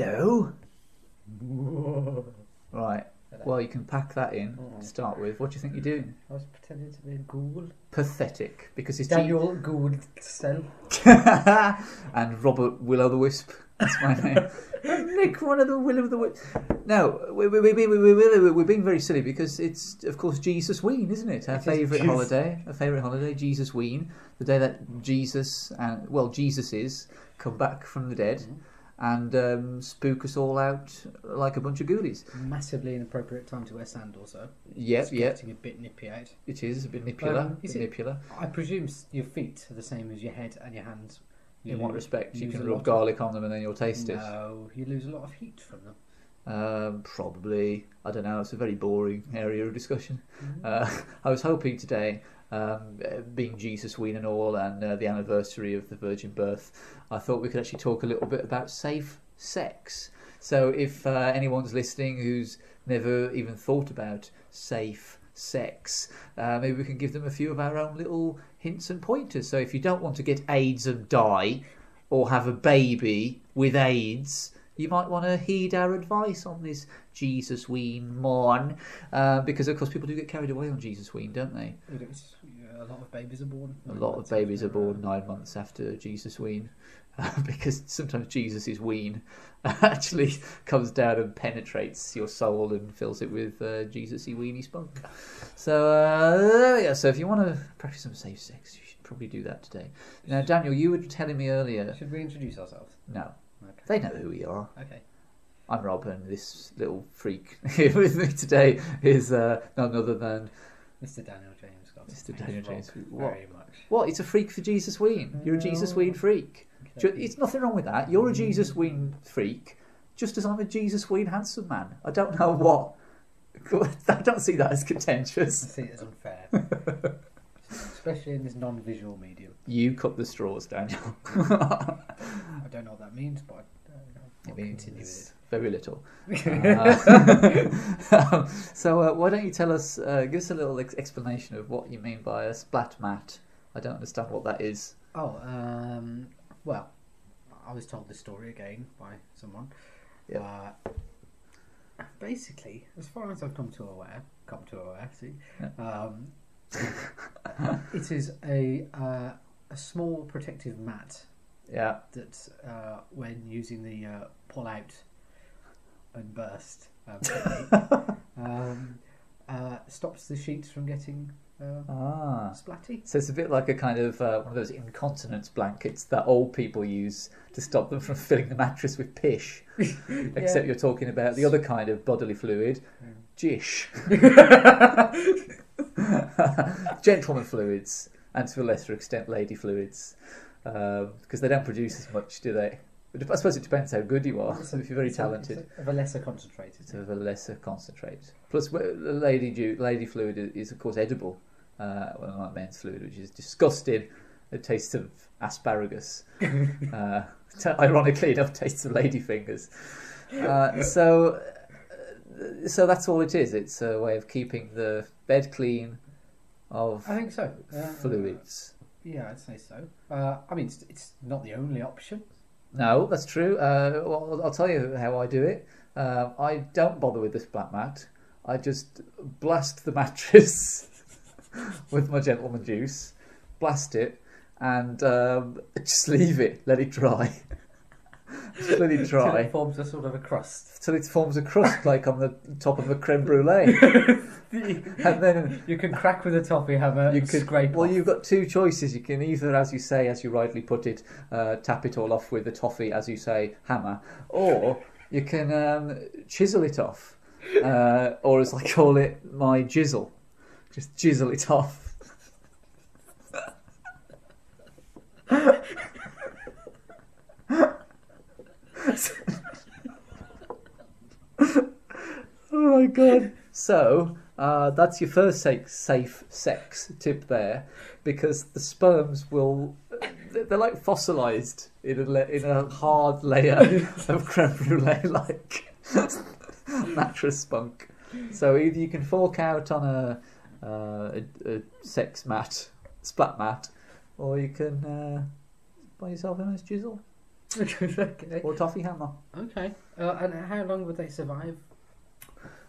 Hello. Right. Well, you can pack that in to start with. What do you think you're doing? I was pretending to be a ghoul. Pathetic, because his teeth Daniel Ghoul self. and Robert Will o' the Wisp. That's my name. And Nick, one of the Will of the Wisp. No, we, we, we, we, we, we, we're being very silly because it's, of course, Jesus Ween, isn't it? Our It is favourite Jesus- holiday. Our favourite holiday, Jesus Ween. The day that Jesus and, well, Jesuses come back from the dead and um, spook us all out like a bunch of ghoulies. Massively inappropriate time to wear sandals, though. Yep, It's yep, getting a bit nippy out. it is a bit nipular. Um, is bit it- nipular. I presume s- your feet are the same as your head and your hands. You In what lo- respect? You lose can a lot rub of- garlic on them and then you'll taste it. No, you lose a lot of heat from them. Um, probably. I don't know. It's a very boring area of discussion. Uh, I was hoping today, um, uh, being Jesus Ween and all, and uh, the anniversary of the Virgin Birth, I thought we could actually talk a little bit about safe sex. So, if uh, anyone's listening who's never even thought about safe sex, uh, maybe we can give them a few of our own little hints and pointers. So, if you don't want to get AIDS and die, or have a baby with AIDS, you might want to heed our advice on this Jesus Ween morn, uh, because of course people do get carried away on Jesus Ween, don't they? It is- yeah, a lot of babies are born. A lot of babies are born nine months after Jesus Ween, uh, because sometimes Jesus' ween actually comes down and penetrates your soul and fills it with uh, Jesus' weeny spunk. So uh, there we go. So if you want to practice some safe sex, you should probably do that today. Now, Daniel, you were telling me earlier. Should we introduce ourselves? No, Okay. they know who we are. Okay. I'm Rob, and this little freak here with me today is uh, none other than Mr. Daniel James Scott. Mr. Thank Daniel you, Rob, James. What? Very much. what? It's a freak for Jesus Ween. You're a Jesus Ween freak. Ju- It's nothing wrong with that. You're a Jesus Ween freak, just as I'm a Jesus Ween handsome man. I don't know what. I don't see that as I contentious. see it as unfair. Especially in this non visual medium. You cut the straws, Daniel. I don't know what that means, but I don't know. We'll It means continue with very little. Uh, so uh, why don't you tell us? Uh, give us a little ex- explanation of what you mean by a splat mat. I don't understand what that is. Oh, um, well, I was told this story again by someone. Yep. Uh, basically, as far as I've come to aware, come to aware, see, um, it is a uh, a small protective mat Yeah. that, uh, when using the uh, pull out and burst um, technique, um, uh, stops the sheets from getting uh, Ah. splatty. So it's a bit like a kind of uh, one of those incontinence blankets that old people use to stop them from filling the mattress with pish. Except you're talking about the other kind of bodily fluid, Um, jish. Gentleman fluids, and to a lesser extent, lady fluids. Because they don't produce as much, do they? But I suppose it depends how good you are. So if you're very It's a- it's talented, a- of a lesser concentrated. it's of a lesser concentrate. Plus, well, the lady ju- lady fluid i- is of course edible, uh, well, unlike men's fluid, which is disgusting. It tastes of asparagus. uh, t- ironically enough, tastes of lady fingers. Uh, so, uh, so that's all it is. It's a way of keeping the bed clean of I think so. Uh, fluids. Yeah, I'd say so. Uh, I mean, it's, it's not the only option. No, that's true. Uh, well, I'll- I'll tell you how I do it. Um, I don't bother with this black mat. I just blast the mattress with my gentleman juice, blast it, and um, just leave it. Let it dry. just let it So dry It forms a sort of a crust. till it forms a crust like on the top of a creme brulee, and then you can crack with a toffee hammer. you and could scrape. well off. you've got two choices you can either as you say as you rightly put it uh, tap it all off with a toffee as you say hammer or you can um, chisel it off uh, or as i call it my jizzle just jizzle it off Oh my god. So, uh, that's your first safe, safe sex tip there, because the sperms will. They're they're like fossilised in a, le- in a hard layer of creme brulee like mattress spunk. So, either you can fork out on a, uh, a, a sex mat, splat mat, or you can uh, buy yourself a nice jizzle. okay. or toffee hammer. Okay. Uh, and how long would they survive?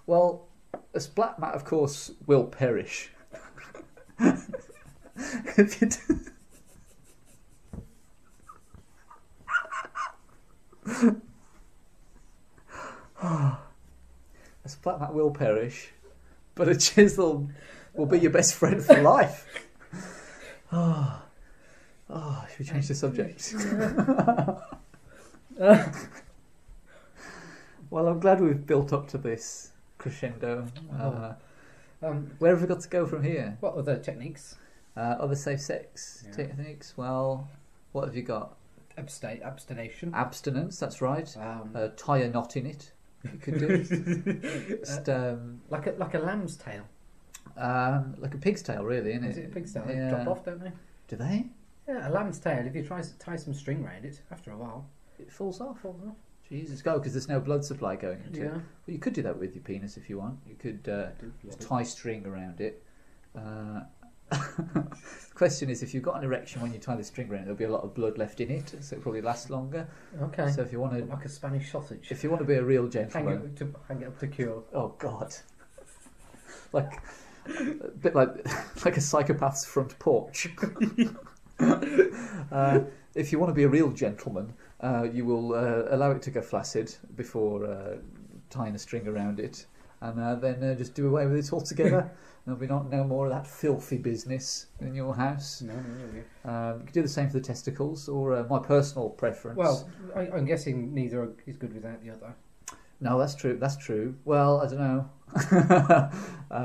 Well, a splat mat, of course, will perish. if you do... a splat mat will perish, but a chisel will be your best friend for life. Ah, oh, should we change the subject? well, I'm glad we've built up to this crescendo. Uh, Um, where have we got to go from here? what other techniques? Uh, other safe sex Yeah. techniques? Well, what have you got? Abstain, abstination. Abstinence, that's right. Um, Uh, tie a knot in it. You could do uh, Just, um, like a like a lamb's tail. um, like a pig's tail, really, isn't it? Is it a pig's tail? They Yeah. drop off, don't they? Do they? Yeah, a lamb's tail. If you try to tie some string round it, after a while, It falls off. it falls off. Jesus, go because there's no blood supply going into it. Yeah. Well, you could do that with your penis if you want. You could uh, tie string around it. Uh, the question is, if you've got an erection when you tie the string around, it, there'll be a lot of blood left in it, so it probably lasts longer. Okay. So if you want to, like a Spanish sausage. if you want to be a real Hang gentleman, it, to, hang it up to cure. oh god, like a bit like like a psychopath's front porch. uh, if you want to be a real gentleman, uh, you will uh, allow it to go flaccid before uh, tying a string around it, and uh, then uh, just do away with it altogether. There'll be not no more of that filthy business in your house. No, no, no. Um, you could do the same for the testicles, or uh, my personal preference. Well, I, I'm guessing neither is good without the other. No, that's true. That's true. Well, I don't know.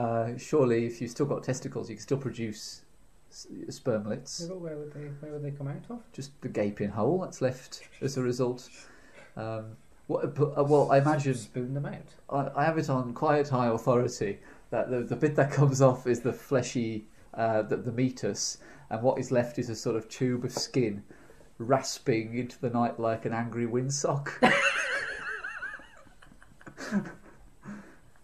uh, surely, if you've still got testicles, you can still produce s- Yeah, spermlets. but where would they where would they come out of? Just the gaping hole that's left as a result. Um, what, but, uh, well, I imagine spoon them out. I, I have it on quite high authority that the, the bit that comes off is the fleshy, uh, the, the meatus, and what is left is a sort of tube of skin rasping into the night like an angry windsock.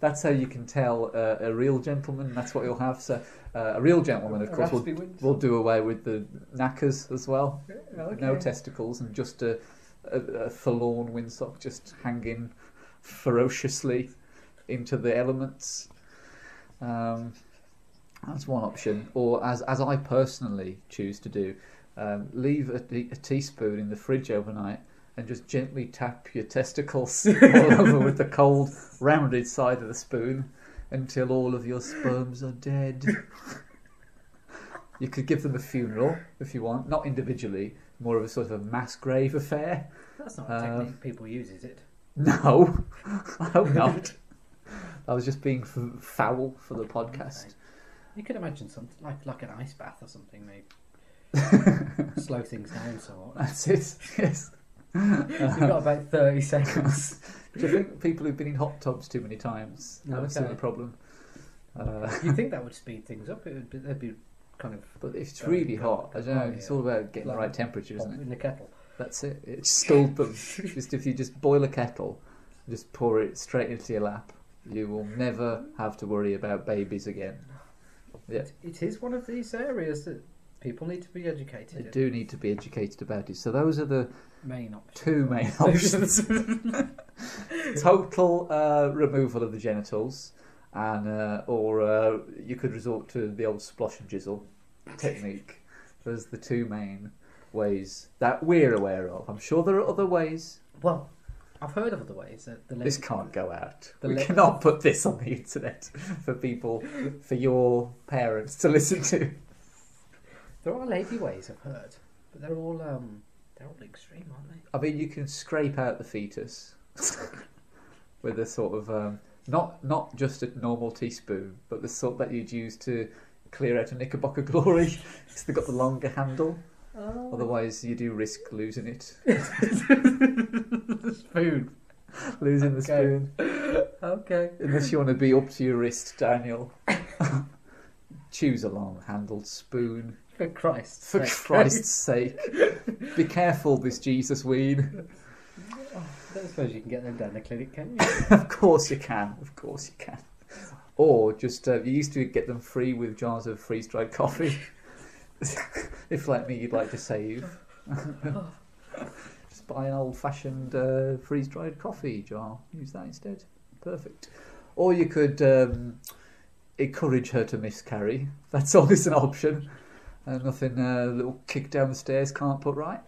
that's how you can tell uh, a real gentleman, that's what you'll have. So, uh, a real gentleman, of A course, will, raspy wind. will do away with the knackers as well. No Okay. testicles and just a, a, a forlorn windsock just hanging ferociously into the elements. Um, that's one option. Or as as I personally choose to do, um, leave a, te- a teaspoon in the fridge overnight and just gently tap your testicles all over with the cold rounded side of the spoon until all of your sperms are dead. You could give them a funeral if you want, not individually, more of a sort of mass grave affair. That's not a Uh, technique people use, is it? No, I hope not. I was just being f- foul for the podcast. You could imagine something like like an ice bath or something. They slow things down somewhat. That's it. Yes. You've got about thirty seconds. Do you think people who've been in hot tubs too many times have a Okay. similar problem? Uh, you think that would speed things up? It would be, that'd be kind of but if it's Don't really go- hot, I don't know. oh, It's yeah. all about getting the Like- right temperature, pop isn't it? in the kettle. That's it. It's scald them. just if you just boil a kettle, just pour it straight into your lap. You will never have to worry about babies again. Yeah. It- It is one of these areas that people need to be educated. They in. do need to be educated about it. So those are the Main option. two main options: total uh, removal of the genitals, and uh, or uh, you could resort to the old splosh and jizzle technique. Those are the two main ways that we're aware of. I'm sure there are other ways. Well, I've heard of other ways that the This lady, can't go out. The we le- cannot put this on the internet for people, for your parents to listen to. there are lady ways I've heard, but they're all um they're all extreme, aren't they? I mean, you can scrape out the fetus with a sort of um, not not just a normal teaspoon, but the sort that you'd use to clear out a knickerbocker glory. it's they've got the longer handle. Oh, Otherwise, you do risk losing it, food. losing the Okay. spoon. Okay. Unless you want to be up to your wrist, Daniel. Choose a long-handled spoon. For Christ. For Christ's sake, be careful, this Jesus ween. I don't suppose you can get them down the clinic, can you? of course you can. Of course you can. Or just uh, you used to get them free with jars of freeze-dried coffee. if, like me, you'd like to save. just buy an old fashioned uh, freeze dried coffee jar. Use that instead. Perfect. Or you could um, encourage her to miscarry. That's always an option. Uh, nothing a little kick down the stairs can't put right.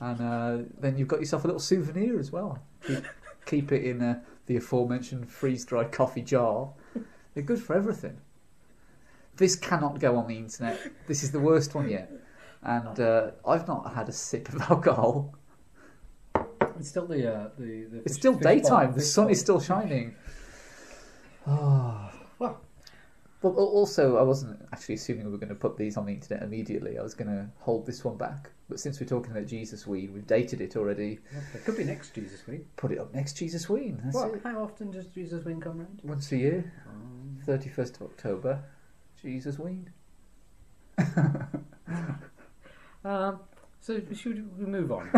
And uh, then you've got yourself a little souvenir as well. Keep, keep it in uh, the aforementioned freeze dried coffee jar. They're good for everything. This cannot go on the internet. This is the worst one yet. And uh, I've not had a sip of alcohol. It's still the uh, the, the It's fish- still fish pond, daytime. The fish sun is pond. still shining. Ah. Well. But al- also, I wasn't actually assuming we were going to put these on the internet immediately. I was going to hold this one back. But since we're talking about Jesus Ween, we've dated it already. Okay, could be next Jesus week. Put it up next Jesus Ween. That's Well, it. how often does Jesus win come round? Once a year, 31st of October, Jesus Ween. Um, so should we move on?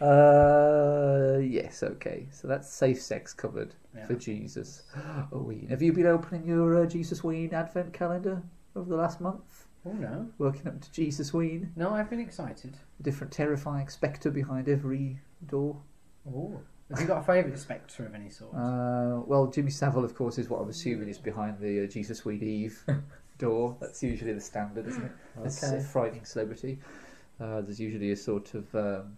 Uh, yes, okay. So that's safe sex covered Yeah. for Jesus Ween. Have you been opening your uh, Jesus Ween advent calendar over the last month? oh no, Working up to Jesus Ween? no, I've been excited. A different terrifying spectre behind every door? Oh, have you got a favourite spectre of any sort? Uh, well, Jimmy Savile, of course, is what I'm assuming is behind the uh, Jesus Weed Eve door. That's usually the standard, isn't it? It's a Okay. frightening celebrity. Uh, there's usually a sort of um,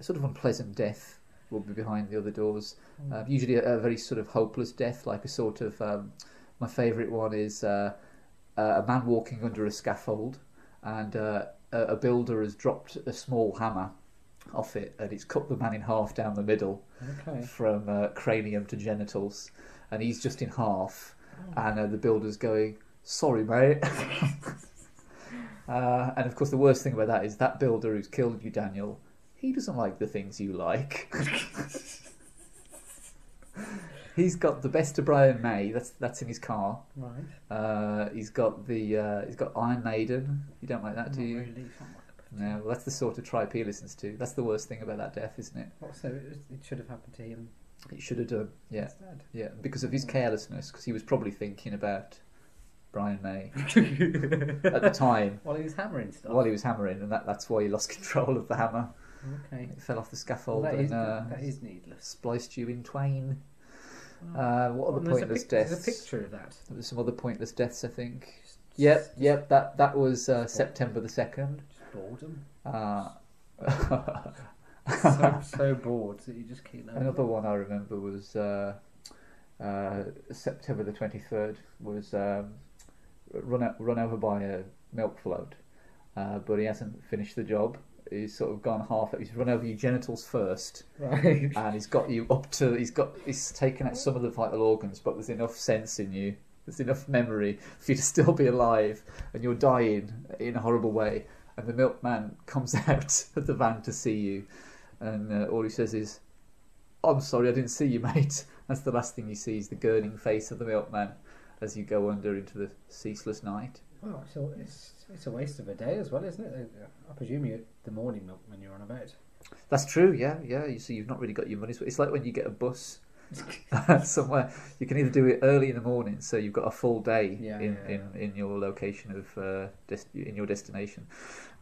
a sort of unpleasant death will be behind the other doors. Mm. Uh, usually a, a very sort of hopeless death, like a sort of um, my favourite one is uh, uh, a man walking under a scaffold, and uh, a, a builder has dropped a small hammer off it, and it's cut the man in half down the middle Oh, okay. from uh, cranium to genitals, and he's just in half, Oh, and uh, the builder's going, "Sorry, mate." uh, and of course, the worst thing about that is that builder who's killed you, Daniel. He doesn't like the things you like. he's got the best of Brian May. That's that's in his car. Right. Uh, he's got the uh, he's got Iron Maiden. You don't like that, do Not you? really, it's not like a bit. No, well, that's the sort of tripe he listens to. That's the worst thing about that death, isn't it? What, so it, was- it should have happened to him It should have done. Yeah. instead. Yeah, because of his carelessness, because he was probably thinking about Brian May at the time While he was hammering stuff. while he was hammering, and that, that's why he lost control of the hammer. okay. It fell off the Well, scaffold that, is, and uh, that is needless. spliced you in twain. Wow. Uh, what Well, other there's a pointless pic- deaths? There's a picture of that. There was some other pointless deaths, I think. Just- Yep, just- yep, that, that was uh, September the 2nd. Just boredom. Uh, so, so bored that you just keep another one I remember was uh, uh, September the 23rd, was um, run, out, run over by a milk float, uh, but he hasn't finished the job. He's sort of gone half. He's run over your genitals first, Right. and he's got you up to. He's got. He's taken out some of the vital organs, but there's enough sense in you. There's enough memory for you to still be alive, and you're dying in a horrible way. And the milkman comes out of the van to see you, and uh, all he says is, "I'm sorry, I didn't see you, mate." That's the last thing you see is the gurning face of the milkman as you go under into the ceaseless night. Well, so it's it's a waste of a day as well, isn't it? I presume you the morning milk when you're on about. That's true. Yeah, yeah. You see, you've not really got your money's worth. It's like when you get a bus somewhere. You can either do it early in the morning, so you've got a full day Yeah, in, yeah, in in your location of uh, dest- in your destination.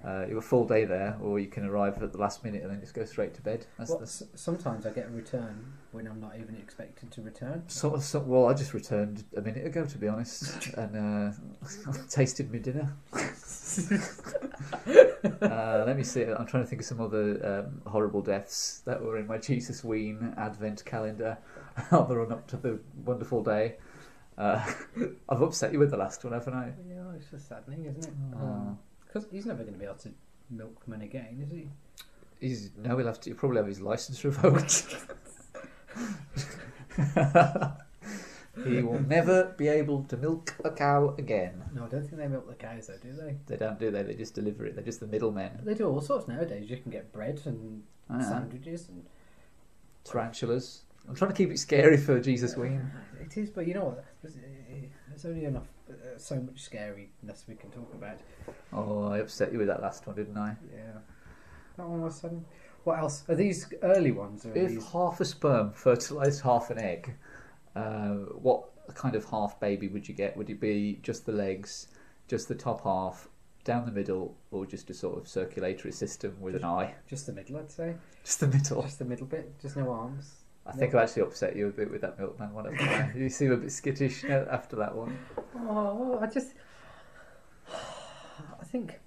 Uh, you have a full day there, or you can arrive at the last minute and then just go straight to bed. That's Well, the s- sometimes I get a return when I'm not even expected to return. so, so, well, I just returned a minute ago, to be honest, and uh, tasted my dinner. uh, let me see. I'm trying to think of some other um, horrible deaths that were in my Jesus Ween Advent calendar on the run up to the wonderful day. Uh, I've upset you with the last one, haven't I? Yeah, it's just saddening, isn't it? Oh. Because he's never going to be able to milk them in again, is he? He's no, he'll have to. He'll probably have his license revoked. he will never be able to milk a cow again. No, I don't think they milk the cows though, do they? They don't do they? They just deliver it. They're just the middlemen. They do all sorts nowadays. You can get bread and Ah, sandwiches and tarantulas. I'm trying to keep it scary for Jesus Ween. Uh, It is, but you know what? There's, eh, there's only enough, uh, so much scariness we can talk about. Oh, I upset you with that last one, didn't I? Yeah, that one was sudden. What else? Are these early ones? Or are If these? half a sperm fertilised half an egg, uh, what kind of half baby would you get? Would it be just the legs, just the top half, down the middle, or just a sort of circulatory system with an eye? Just the middle, I'd say. Just the middle. Just the middle bit. Just no arms. I think I actually upset you a bit with that milkman one. haven't I? you seem a bit skittish now after that one. Oh, I just. I think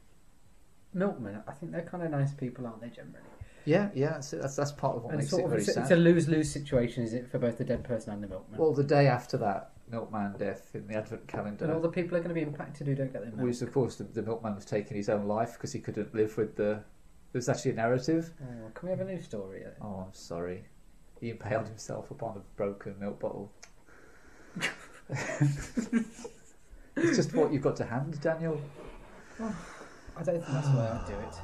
milkmen. I think they're kind of nice people, aren't they? Generally, Yeah, yeah, that's, that's, that's part of what and makes sort it of very it's, sad. it's a lose-lose situation, is it, for both the dead person and the milkman? Well, the day after that milkman death in the advent and all calendar the people are going to be impacted who don't get their milk. was, of course, the, the milkman was taking his own life because he couldn't live with the. There's actually a narrative. Oh, can we have a new story? Then? Oh, I'm sorry. He impaled himself upon a broken milk bottle. it's just what you've got to hand, Daniel. I don't think that's the way I'd do it.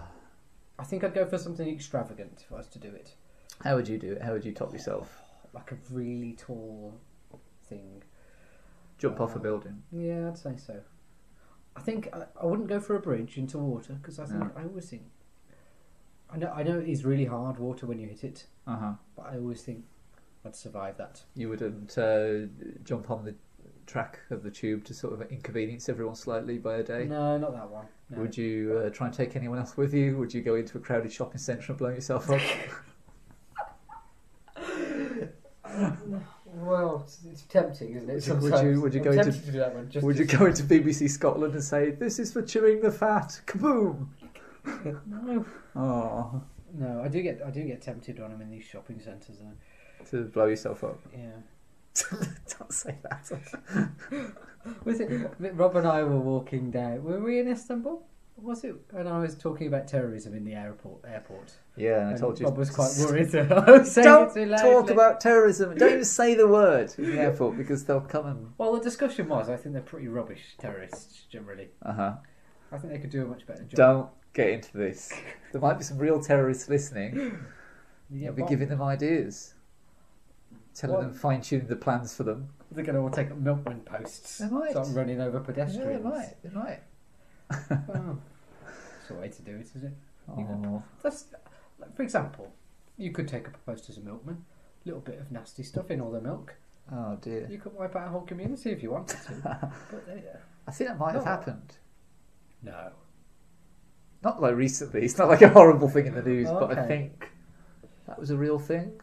I think I'd go for something extravagant for us to do it, How would you do it? How would you top yourself? like a really tall thing. Jump off a building. Yeah, I'd say so. I think I, I wouldn't go for a bridge into water because I think No. I always think. I know I know it is really hard water when you hit it, Uh huh. but I always think I'd survive that. You wouldn't uh, jump on the track of the tube to sort of inconvenience everyone slightly by a day. No, not that one. No. Would you uh, try and take anyone else with you? Would you go into a crowded shopping centre and blow yourself up? Well, it's, it's tempting, isn't it? So would you- sometimes? would you I'm go into- tempted to do that one? Just Would you just- go into BBC Scotland and say, This is for chewing the fat? Kaboom! No. Oh, No, I do get I do get tempted when I'm in these shopping centres. and I- to blow yourself up. Yeah. Don't say that. Was it Rob and I were walking down? Were we in Istanbul? Was it? And I was talking about terrorism in the airport. Airport. Yeah, and I and told you. Rob was quite worried. that I was saying Don't it too loudly. talk about terrorism. Don't even say the word in the airport because they'll come and. Well, the discussion was. I think they're pretty rubbish terrorists generally. Uh huh. I think they could do a much better job. Don't get into this. There might be some real terrorists listening. Yeah, You'll be but giving them ideas, telling What? them, fine tuning the plans for them. They're going to all take up milkman posts. They might. Start running over Yeah, they pedestrians. might. They might. Oh. It's a way to do it, is it? Oh, That's, like, for example, you could take up a post as a milkman. A little bit of nasty stuff in all the milk. oh dear. You could wipe out a whole community if you wanted to. but they, I think that might have No. happened. no. Not like recently. It's not like a horrible thing in the news, but I Okay. think that was a real thing.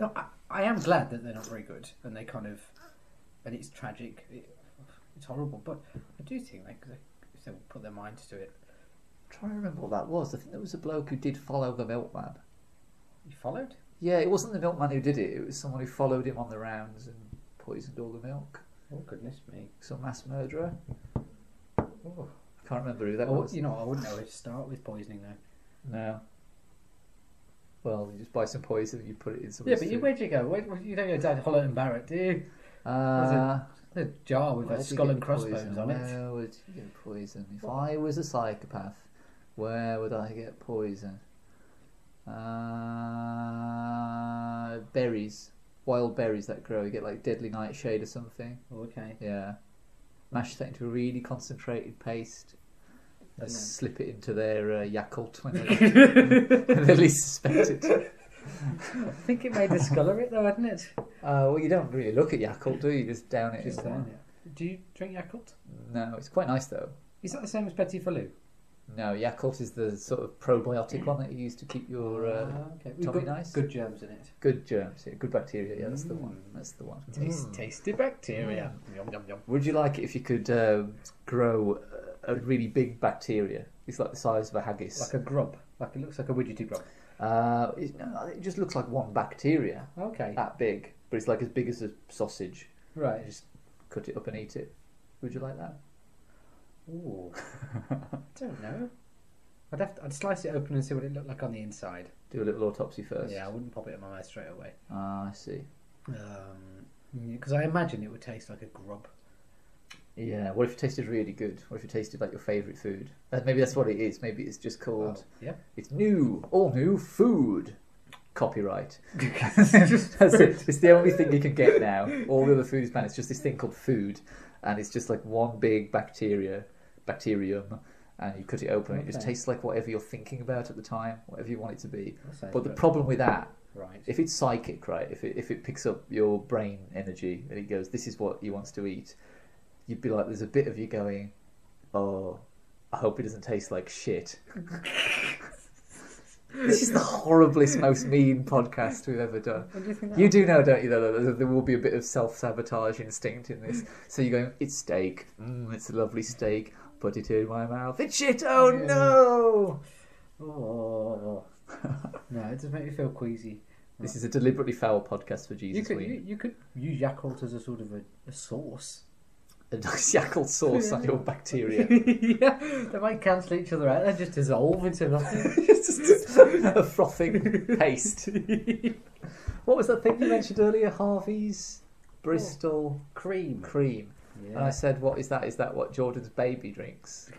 No, I, I am glad that they're not very good and they kind of. And it's tragic. It, it's horrible. But I do think they, they, if they put their mind to it, I'm trying to remember what that was. I think there was a bloke who did follow the milkman. you followed? Yeah, it wasn't the milkman who did it. It was someone who followed him on the rounds and poisoned all the milk. Oh, goodness me. Some mass murderer. Oh. I can't remember who that I would- was. Oh, you know, I wouldn't know if to start with poisoning though. No. Well, you just buy some poison and you put it in some. Yeah, but you, where'd you go? Where, you don't go down Holland and Barrett, do you? Uh, A jar with a where'd you skull get and crossbones poison? on it. Where would you get poison? If I was a psychopath, where would I get poison? Uh, berries. Wild berries that grow. You get like deadly nightshade or something. Oh, Okay. Yeah. Mash that into a really concentrated paste. Yeah. And slip it into their uh, Yakult when they, when they least suspect it. I think it may discolour it though, hadn't it? Uh, well, you don't really look at Yakult, do you? Just down it. Just in one. down it. Do you drink Yakult? No, it's quite nice though. Is that the same as Petit Falou? No, Yakult is the sort of probiotic one that you use to keep your uh, okay. Tommy good, Nice? good germs in it. good germs, yeah, good bacteria. Yeah, that's the one. Mm. That's the one. Taste, Mm. Tasty bacteria. Yum, yum, yum. Would you like it if you could um grow a a really big bacteria? It's like the size of a haggis. Like a grub. Like it looks like a widgety grub. Uh, it, no, it just looks like one bacteria Okay. that big, but it's like as big as a sausage. You Ah, Right. just cut it up and eat it. Would you like that? Ooh. I don't know. I'd have to, I'd slice it open and see what it looked like on the inside. Do a little autopsy first. Yeah, I wouldn't pop it in my mouth straight away. Ah, I see. Because I imagine it would taste like a grub. Yeah. What if it tasted really good? What if it tasted like your favourite food? Uh, maybe that's what it is. Maybe it's just called. yeah. It's new, all new food. Copyright. That's it. It's the only thing you can get now. All the other food is banned. It's just this thing called food, and it's just like one big bacteria, bacterium, and you cut it open. and It just Okay. tastes like whatever you're thinking about at the time, whatever you want it to be. But But the problem with that, right. if it's psychic, right? If it if it picks up your brain energy and it goes, this is what he wants to eat, you'd be like, there's a bit of you going, oh, I hope it doesn't taste like shit. this is the horriblest, most mean podcast we've ever done. What do you think? You do know, don't you? Though that there- there will be a bit of self-sabotage instinct in this. So you're going, it's steak. Mm, it's a lovely steak. Put it in my mouth. It's shit. Oh Yeah. no! Oh. no, it does make me feel queasy. This is a deliberately foul podcast for Jesus. You could, Ween. you, you could use Yakult as a sort of a, a sauce. A nice yakult sauce on your bacteria. yeah, they might cancel each other out. They just dissolve into nothing. a frothing paste. What was that thing you mentioned earlier? Harvey's Bristol Cream. cream. And I Oh. Yeah. said, what is that? Is that what Jordan's baby drinks?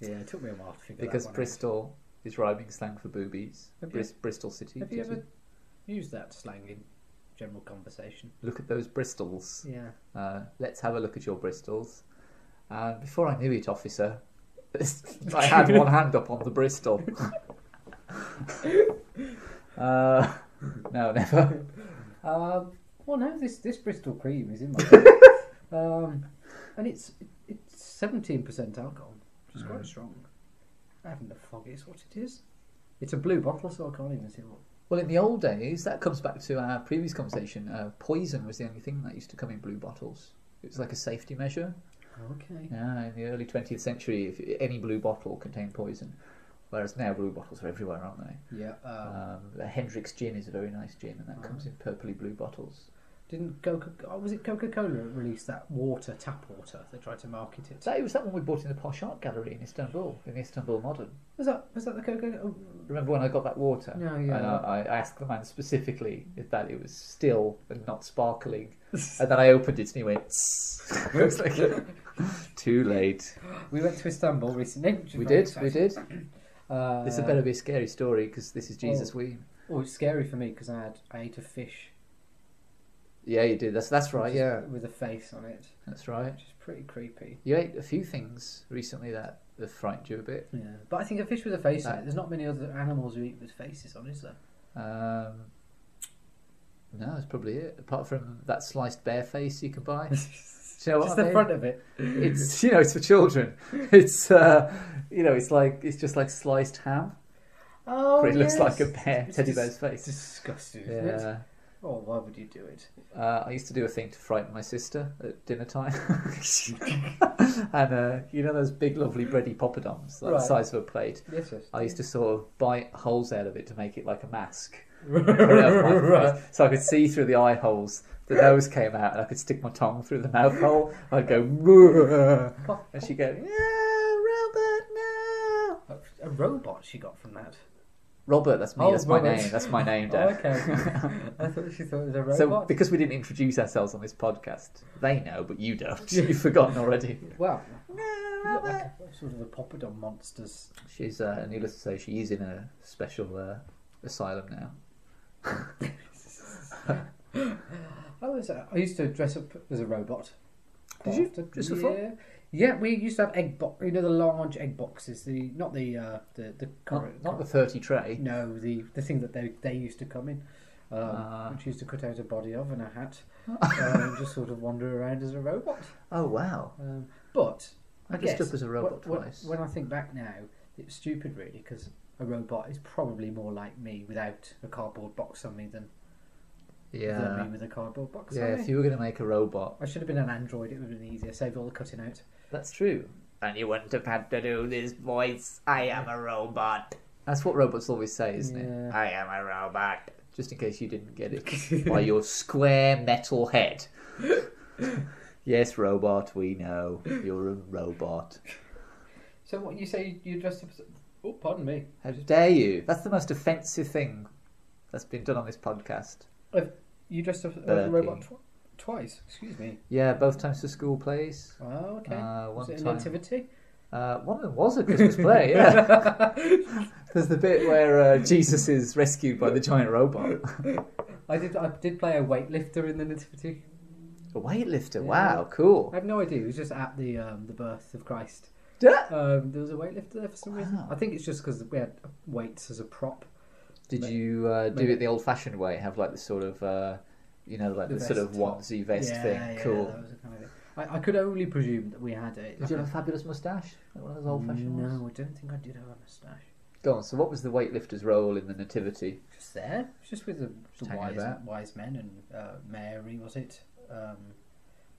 yeah, it took me a while to figure Because that one out. Bristol is rhyming slang for boobies. Have Bris- Bristol City. Have you gives ever it- used that slang in general conversation? Look at those Bristols. Yeah. Uh, let's have a look at your Bristols. And before I knew it, officer, I had one hand up on the Bristol. uh, no, never. Um, well, no, this this Bristol cream is in my. um, and it's it's seventeen percent alcohol, which is quite strong. I haven't the foggiest what it is. It's a blue bottle, so I can't even see what. Well, in the old days, that comes back to our previous conversation. Uh, poison was the only thing that used to come in blue bottles. It was like a safety measure. Okay. Yeah, in the early 20th century, if any blue bottle contained poison, whereas now blue bottles are everywhere, aren't they? Yeah. Um, Um, the Hendrix gin is a very nice gin, and that comes in purpley blue bottles. didn't Coca? Oh, was it Coca Cola that released that water tap water? They tried to market it. That it was that one we bought in the posh art gallery in Istanbul, in the Istanbul Modern. Was that was that the Coca? Oh, Remember when I got that water? No, yeah. And I, I asked the man specifically if that it was still and not sparkling, and then I opened it and he went. "Tss." I was like, Too late. we went to Istanbul recently. which is We very did. We exciting. did. Uh, This had better be a scary story because this is Jesus Oh. Ween. Oh, it's scary for me because I had I ate a fish. Yeah, you did. That's that's right. which is- Yeah, With a face on it, that's right. which is pretty creepy. You ate a few things recently that that frightened you a bit. Yeah, but I think a fish with a face on That- it. There's not many other animals who eat with faces on, is there? Um, no, that's probably it. Apart from that sliced bear face you can buy. Do you know what Just I the mean? front of it. It's you know it's for children. It's uh, you know it's like it's just like sliced ham, Oh, but it looks like a yes. bear, It's teddy dis- bear's It's face. disgusting. Isn't it? Yeah, Oh, why would you do it? uh, I used to do a thing to frighten my sister at dinner time, and uh, you know those big lovely bready poppadoms, like Right. the size of a plate. Yes, yes. I used to sort of bite holes out of it to make it like a mask. right. So I could see through the eye holes. The nose came out, and I could stick my tongue through the mouth hole. I'd go, "Whoa." and she'd go, yeah, Robert, no. A robot she got from that. Robert, that's me. Oh, that's my Robert. name. That's my name, Oh, Dad. okay. I thought she thought it was a robot. So, because we didn't introduce ourselves on this podcast, they know, but you don't. You've forgotten already. Well, No, you look like a, sort of a poppadom monsters. She's, uh, needless to say, she is in a special uh, asylum now. I was. uh, I used to dress up as a robot. Did you? often. Just yeah. for fun? Yeah, we used to have egg box. You know the large egg boxes. The not the uh, the the Not, not the 30 tray. no the the thing that they they used to come in. Um, Ah. which used to cut out a body of and a hat, um, and just sort of wander around as a robot. Oh, wow. Um, but I I dressed guess up as a wh- robot wh- twice. When I think back now, it's stupid really because a robot is probably more like me without a cardboard box on me than, than Yeah. me with a cardboard box Yeah, on me. if you were going to make a robot, I should have been an android. It would have been easier. Saved all the cutting out. that's true. And you wouldn't have had to do this voice. I am a robot. That's what robots always say, isn't it? Yeah. I am a robot. Just in case you didn't get it by your square metal head. yes, robot, we know. You're a robot. So what you say? You dressed up as? Oh, pardon me. How dare you? That's the most offensive thing that's been done on this podcast. You dressed up as a Burpee. robot tw- twice. Excuse me. Yeah, both times for school plays. Oh, okay. Uh, Was one it a time- nativity? Uh, one of them was a Christmas play, yeah. There's the bit where uh, Jesus is rescued by the giant robot. I did. I did play a weightlifter in the nativity. A weightlifter, Yeah. wow, cool. I have no idea. It was just at the um, the birth of Christ. Yeah. Um, there was a weightlifter there for some reason. Wow. I think it's just because we had weights as a prop. Did Ma- you uh, do ma- it the old-fashioned way? Have like the sort of, uh, you know, like The the, sort of vest top. onesie vest yeah, thing. yeah, cool. That was the kind of thing. I, I could only presume that we had a. Did you have a fabulous moustache? Like one of those old fashioned ones? no, I don't think I did have a moustache. Go on, so what was the weightlifter's role in the Nativity? Just there, just with the, the hanging wise, about. wise men and uh, Mary was it? Um,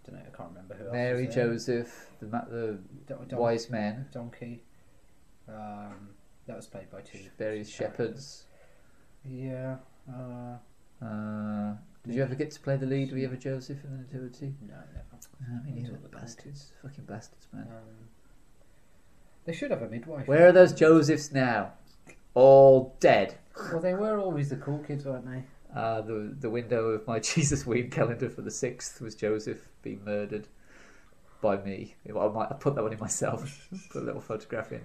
don't know. I can't remember who. Mary, else was Joseph, the, ma- the there. Don- don- wise men, donkey. Um, that was played by two various shepherds. Yeah. Uh, Uh, did you ever get to play the lead? Were you ever Joseph in the Nativity? no, never. I mean, Until you the bastards. Fucking bastards, man. Um, they should have a midwife. Where are those Josephs now? All dead. Well, they were always the cool kids, weren't they? Uh, the the window of my Jesus Weed calendar for the sixth was Joseph being murdered by me. I might I put that one in myself. put a little photograph in.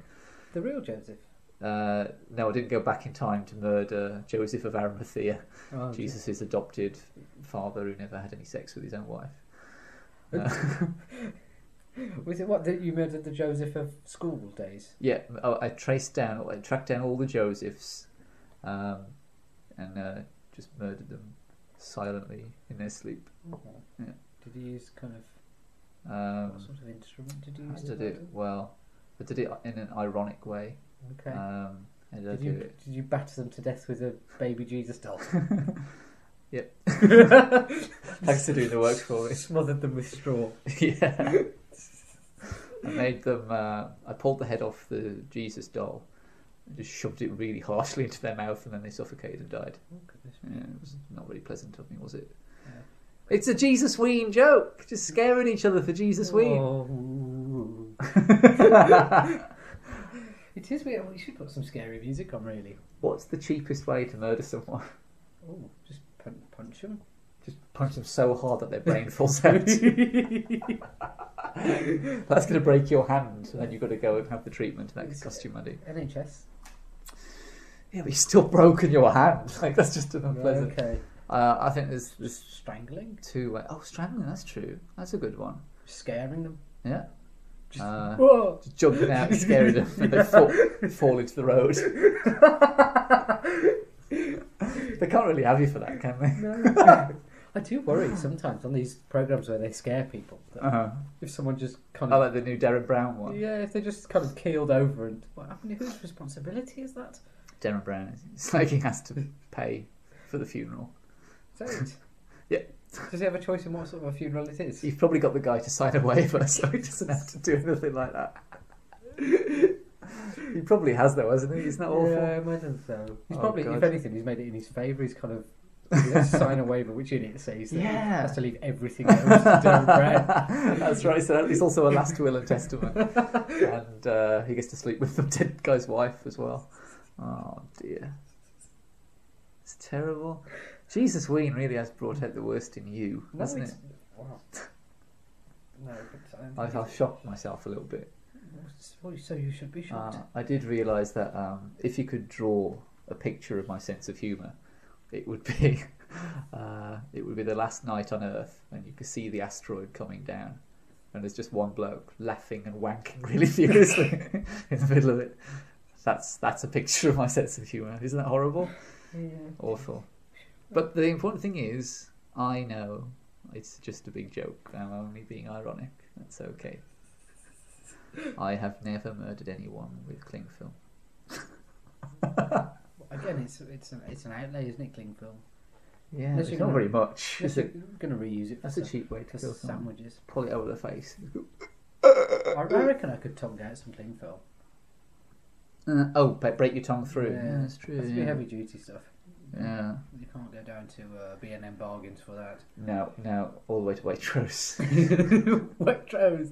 The real Joseph. Uh, no, I didn't go back in time to murder Joseph of Arimathea, Oh, Jesus' adopted father who never had any sex with his own wife. Uh, dear. Was it what that you murdered the Joseph of school days? Yeah, oh, I, I traced down, I tracked down all the Josephs, um, and uh, just murdered them silently in their sleep. Yeah. Did he use kind of what Um, sort of instrument did you I use? did to it murder? well. I did it in an ironic way. Okay. Um, and I did did you it. did you batter them to death with a baby Jesus doll? Thanks for doing the work for me. Smothered them with straw. yeah. I made them. Uh, I pulled the head off the Jesus doll and just shoved it really harshly into their mouth, and then they suffocated and died. Oh, goodness. Yeah, it was not really pleasant of me, was it? Yeah. It's a Jesus Ween joke. Just scaring each other for Jesus Ween. Oh. it is weird. We should put some scary music on, really. What's the cheapest way to murder someone? Oh, just pun- punch them. Just punch them so hard that their brain falls out. That's going to break your hand, and then you've got to go and have the treatment. That could cost you money. NHS. Yeah, but you've still broken your hand. Like that's just an unpleasant. Okay. Uh, I think there's there's Strangling, two. Way- oh, strangling. That's true. That's a good one. scaring them. Yeah. Just- Uh, Whoa. just jumping out and scaring them, and they fall, fall into the road. they can't really have you for that, can they? No. I do worry sometimes on these programs where they scare people. That Uh-huh. Uh, If someone just kind I of like the new Darren Brown one. Yeah, if they just kind of keeled over and well, I mean, whose responsibility is that? Darren Brown. It's like he has to pay for the funeral. Is that it? Yeah. Does he have a choice in what sort of a funeral it is? You've probably got the guy to sign a waiver, so he doesn't have to do anything like that. he probably has though, hasn't he? It's not awful. Yeah, I imagine so. He's Oh, probably, if God. anything, he's made it in his favour. He's kind of let's sign a waiver, which in it says that he Yeah. has to leave everything else to Darren Brown. That's right. So it's also a last will and testament, and uh, he gets to sleep with the dead guy's wife as well. Oh dear, it's terrible. Jesus Ween really has brought out the worst in you, No, hasn't it's, it? wow. No, but I don't I, think I shocked myself a little bit. it's- well, so you should be shocked. Uh, I did realise that um, if you could draw a picture of my sense of humour, it would be uh, it would be the last night on Earth, and you could see the asteroid coming down, and there's just one bloke laughing and wanking really furiously in the middle of it. That's that's a picture of my sense of humour. Isn't that horrible? yeah. Awful. But the important thing is, I know it's just a big joke. I'm only being ironic. That's okay. I have never murdered anyone with cling film. Again, it's it's an, it's an outlay, isn't it, cling film? Yeah, Unless it's you're not gonna- very much. Yes, is it? I'm going to reuse it for, That's a sa- cheap way to for kill someone. sandwiches. Pull it over the face. I, I reckon I could tongue out some cling film. Uh, oh, ba- break your tongue through. Yeah, Yeah. that's true. That's yeah. be heavy duty stuff. Yeah. You can't go down to uh, B&M bargains for that. No, no, all the way to Waitrose. Wet trousers.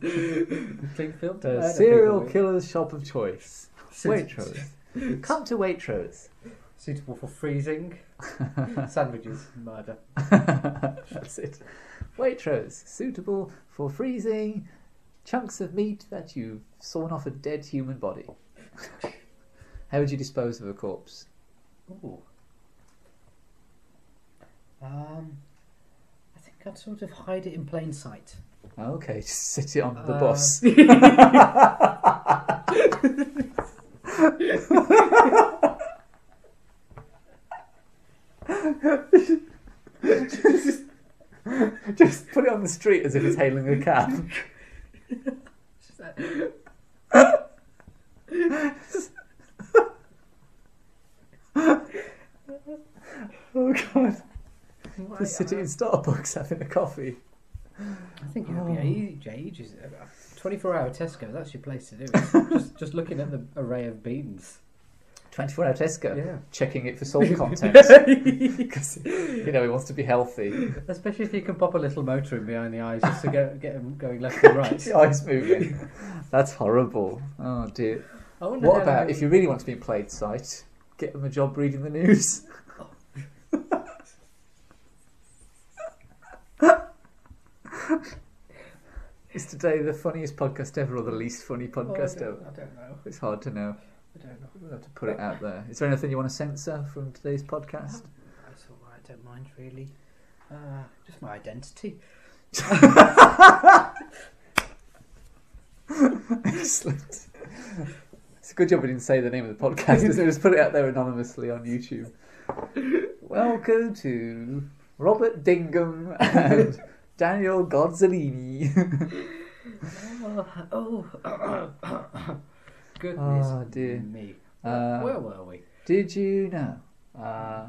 cling film. I had the a serial people killer's shop of choice. Waitrose. Come to Waitrose. with- Suitable for freezing. Sandwiches. Murder. That's it. Waitrose, suitable for freezing chunks of meat that you've sawn off a dead human body. How would you dispose of a corpse? Ooh. Um, I think I'd sort of hide it in plain sight. Okay, just sit it on the Uh, bus. Just put it on the street as if it's hailing a cab. Oh god! Why, Just sitting in Starbucks having a coffee. I think it would Oh. be a- ages. uh, Twenty-four hour Tesco. That's your place to do it. just, just looking at the array of beans. Twenty-four hour Tesco, Yeah. checking it for salt content because you know he wants to be healthy. Especially if you can pop a little motor in behind the eyes just to get, get 'em going left and right. His eyes Oh, moving. That's horrible. Oh dear. I wonder What how about they- if you really want to be in plain sight? Get him a job reading the news. Is today the funniest podcast ever or the least funny Oh, I, podcast don't, ever? I don't know. It's hard to know. I don't know. We'll have to put it out there. Is there anything you want to censor from today's podcast? That's all right. Don't mind really. Uh, just my identity. Excellent. It's a good job we didn't say the name of the podcast. Isn't it? Just put it out there anonymously on YouTube. Welcome to Robert Dingham and Daniel Godzolini. Oh, goodness Ah, Oh, dear. me. Uh, Where were we? Did you know uh,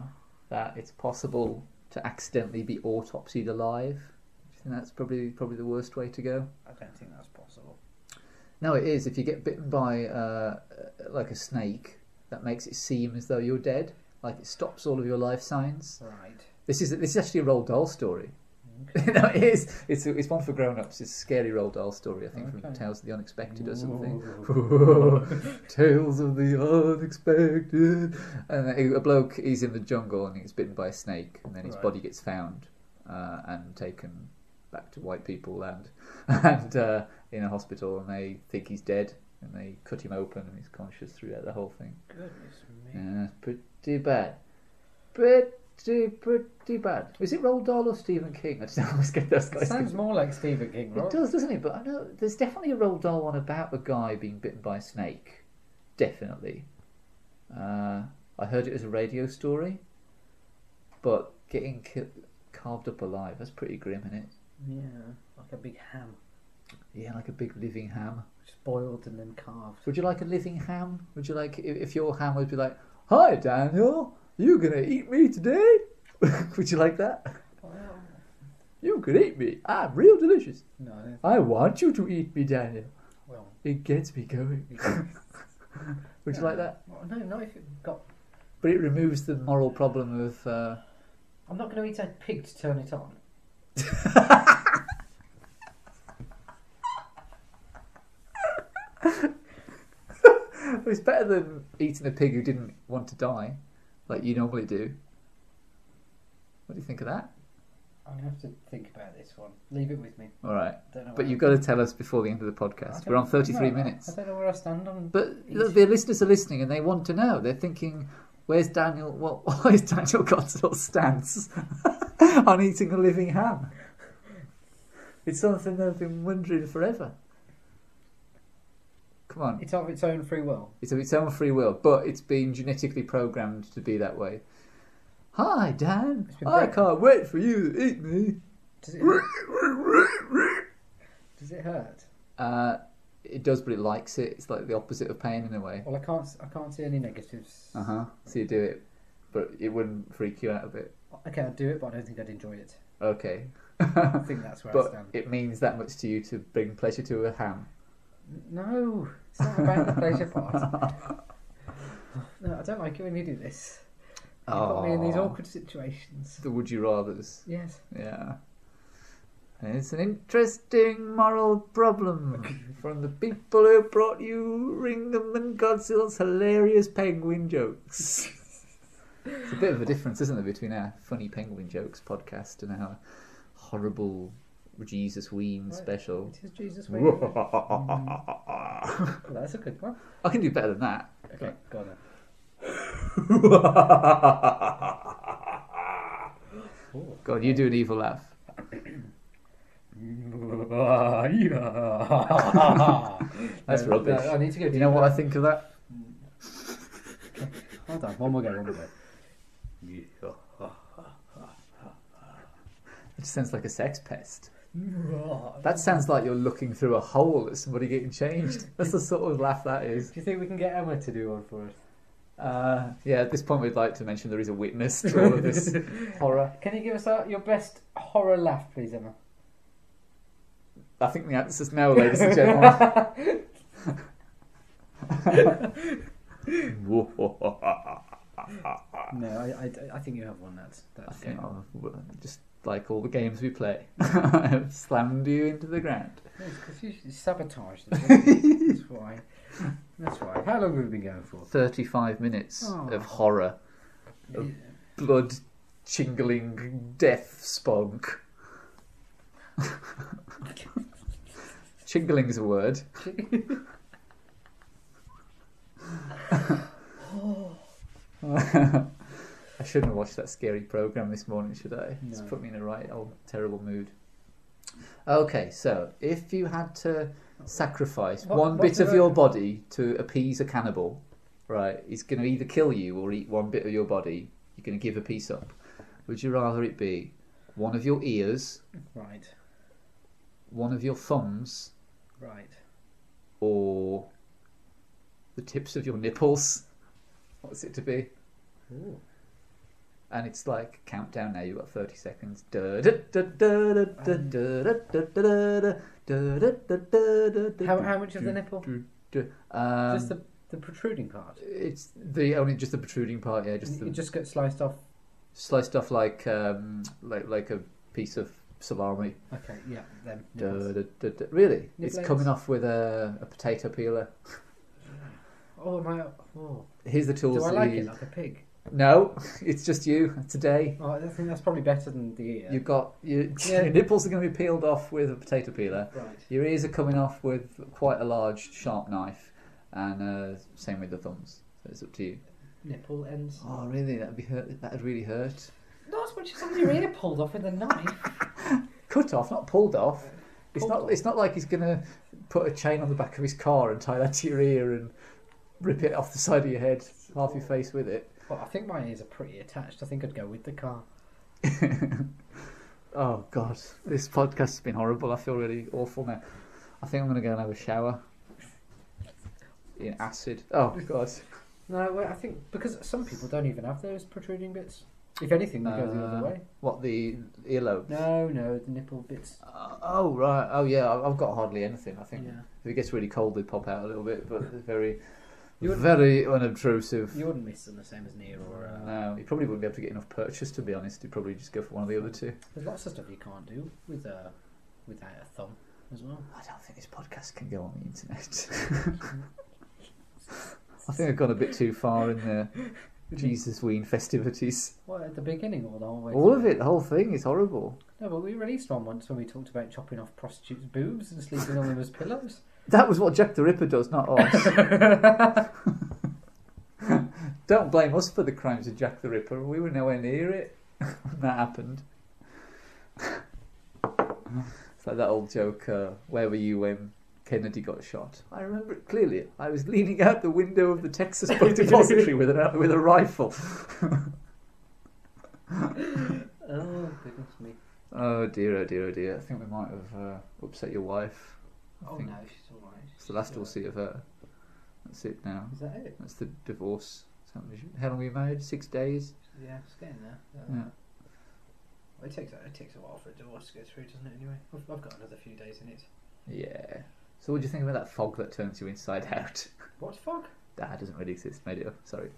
that it's possible to accidentally be autopsied alive? Do you think that's probably probably the worst way to go? I don't think that's possible. No, it is. If you get bitten by uh, like a snake, that makes it seem as though you're dead. Like it stops all of your life signs. Right. This is this is actually a Roald Dahl story. no, it is. It's it's one for grown-ups. It's a scary Roald Dahl story, I think, from Okay. Tales of the Unexpected or something. Ooh. Tales of the unexpected. And a a bloke is in the jungle and he gets bitten by a snake, and then his Right. body gets found uh, and taken back to white people land and uh, in a hospital, and they think he's dead, and they cut him open, and he's conscious throughout the whole thing. Goodness me. Yeah, pretty bad. Pretty, pretty bad. Is it Roald Dahl or Stephen King? I just always get those It guys. sounds more like Stephen King, It right? does, doesn't it? But I know there's definitely a Roald Dahl one about a guy being bitten by a snake. Definitely. Uh, I heard it as a radio story, but getting ki- carved up alive, that's pretty grim, isn't it? Yeah, like a big ham, Yeah, like a big living ham. just boiled and then carved. Would you like a living ham? Would you like, i- if your ham would be like, Hi Daniel, you gonna eat me today? would you like that? You could eat me. I'm real delicious. No, I don't- I want you to eat me, Daniel. well, It gets me going. Would you like that? Well, no, not if it got. But it removes the moral problem of uh, I'm not going to eat a pig to turn it on. oh, it's better than eating a pig who didn't want to die, like you normally do. What do you think of that? I'm going to have to think about this one. Leave it with me. All right, Don't know. but where you've I'm- got to tell us before the end of the podcast. We're on thirty-three minutes. I don't know where I stand on. But the, the listeners are listening and they want to know. They're thinking, "Where's Daniel? What? Why is Daniel God's little stance on eating a living ham?" It's something they've been wondering forever. Come on, it's of its own free will. it's of its own free will, but it's been genetically programmed to be that way. Hi, Dan. It's been I programmed. can't wait for you to eat me. Does it hurt? Does it hurt? Uh, it does, but it likes it. It's like the opposite of pain in a way. Well, I can't. I can't see any negatives. Uh huh. So you do it, but it wouldn't freak you out a bit. Okay, I'd do it, but I don't think I'd enjoy it. Okay. I think that's where I but stand. it means that much to you to bring pleasure to a ham. No, it's not about the pleasure part. No, I don't like it when you do this. You put me in these Aw. awkward situations. The would you rather's. Yes. Yeah. And it's an interesting moral problem from the people who brought you Ringham and Godzilla's hilarious penguin jokes. it's a bit of a difference, isn't there, between our funny penguin jokes podcast and our horrible Jesus Ween Right. special. It is Jesus' way. well, I that's a good one. can do better than that. Okay, go on then. God, you do an evil laugh. That's No, rubbish. no, I need to go. You know what I think of that? Hold on, one more go, one more go. It just sounds like a sex pest. That That sounds like you're looking through a hole at somebody getting changed. That's the sort of laugh that is. Do you think we can get Emma to do one for us? Uh, yeah, at this point, we'd like to mention there is a witness to all of this horror. Can you give us our, your best horror laugh, please, Emma? I think the answer's no, ladies and gentlemen. no, I, I, I think you have one. That's I that's think good. I've- just like all the games we play, I've slammed you into the ground. Because you sabotage them. don't you? That's why. That's why. How long have we been going for? 35 minutes Oh. of horror, Oh. blood chingling death spunk. Chingling's a word. I shouldn't have watched that scary program this morning, should I? It's No. put me in a right old terrible mood. Okay, so if you had to sacrifice What- one what bit do of I- your body to appease a cannibal, right? He's going to either kill you or eat one bit of your body. You're going to give a piece up. Would you rather it be one of your ears, Right, one of your thumbs, right. or the tips of your nipples? What's it to be? and it's like countdown now. You've got thirty seconds. How, How how much of the nipple? Um, just the, the protruding part. it's the only just the protruding part. Yeah, just it the just gets sliced off. sliced off like um like like a piece of salami. Okay, yeah, then. Du- du- du- du- Really, it's Niblets. coming off with a, a potato peeler. Oh, my. Oh. Here's the tools. Do I that like you it use. like a pig? No, it's just you today. Oh, I think that's probably better than the ear. You've got you, Yeah. your nipples are going to be peeled off with a potato peeler. Right. Your ears are coming off with quite a large, sharp knife, and uh, same with the thumbs. So it's up to you. Nipple ends. Oh, really? That'd be hurt. That'd really hurt. Not as much as having your ear pulled off with a knife. Cut off, not pulled off. It's Pulled not. off. It's not like he's gonna put a chain on the back of his car and tie that to your ear and rip it off the side of your head, half your face with it. Well, I think my ears are pretty attached. I think I'd go with the car. Oh God, this podcast's been horrible. I feel really awful now. I think I'm gonna go and have a shower. In acid. Oh God. No, well, I think because some people don't even have those protruding bits. If anything, they go the Uh, other way. What the earlobe? No, no, the nipple bits. Uh, oh right. Oh yeah. I- I've got hardly anything. I think Yeah. if it gets really cold, they pop out a little bit, but they're very, You wouldn't- very unobtrusive. You wouldn't miss them the same as an ear or. Uh, no, you probably wouldn't be able to get enough purchase. To be honest, you'd probably just go for one of the other two. There's lots of stuff you can't do with a without a thumb as well. I don't think this podcast can go on the internet. I think I've gone a bit too far in the Jesus Ween festivities. What at the beginning or the whole way? All of through? it, the whole thing is horrible. No, but we released one once when we talked about chopping off prostitutes' boobs and sleeping on them as pillows. That was what Jack the Ripper does, not us. Don't blame us for the crimes of Jack the Ripper. We were nowhere near it when that happened. it's like that old joke, uh, where were you when Kennedy got shot? I remember it clearly. I was leaning out the window of the Texas Book Depository with, an, with a rifle. Oh goodness me! Oh dear, oh dear, oh dear. I think we might have uh, upset your wife. I Oh think no, she's all right. It's the last we'll see of her. That's it now. Is that it? That's the divorce. So How long were you married? Six days? Yeah, it's getting there. Uh, Yeah. well, It takes it takes a while for a divorce to go through, doesn't it? Anyway, I've, I've got another few days in it. Yeah. So what do you think about that fog that turns you inside out? What fog? that doesn't really exist. Made it up. Sorry.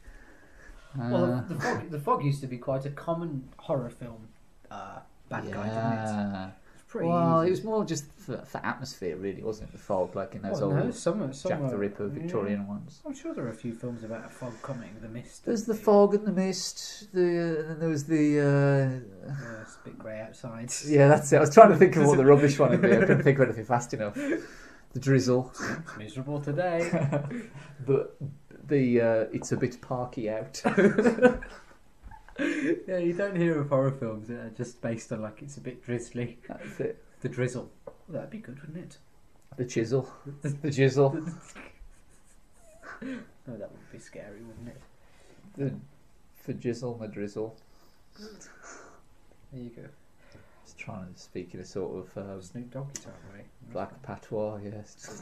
Uh, well, the, the fog. The fog used to be quite a common horror film uh, bad guy, didn't it? yeah. It's pretty Well, easy. it was more just for, for atmosphere, really, wasn't it? The fog, like in those oh, old no, some, some Jack are- the Ripper yeah. Victorian ones. I'm sure there are a few films about a fog coming, The Mist. There's the maybe. fog and the mist. The then there was the uh, Yeah, it's a bit grey outside. yeah, that's it. I was trying to think of what the rubbish one would be. I couldn't think of anything fast enough. The drizzle, It's miserable today. the the uh, it's a bit parky out. yeah, you don't hear of horror films that are just based on like it's a bit drizzly. That's it. The drizzle. Well, that'd be good, wouldn't it? The chisel, the jizzle. No, that would be scary, wouldn't it? The for jizzle, my drizzle. There you go. It's trying to speak in a sort of um, Snoop Doggy type way. black patois, yes.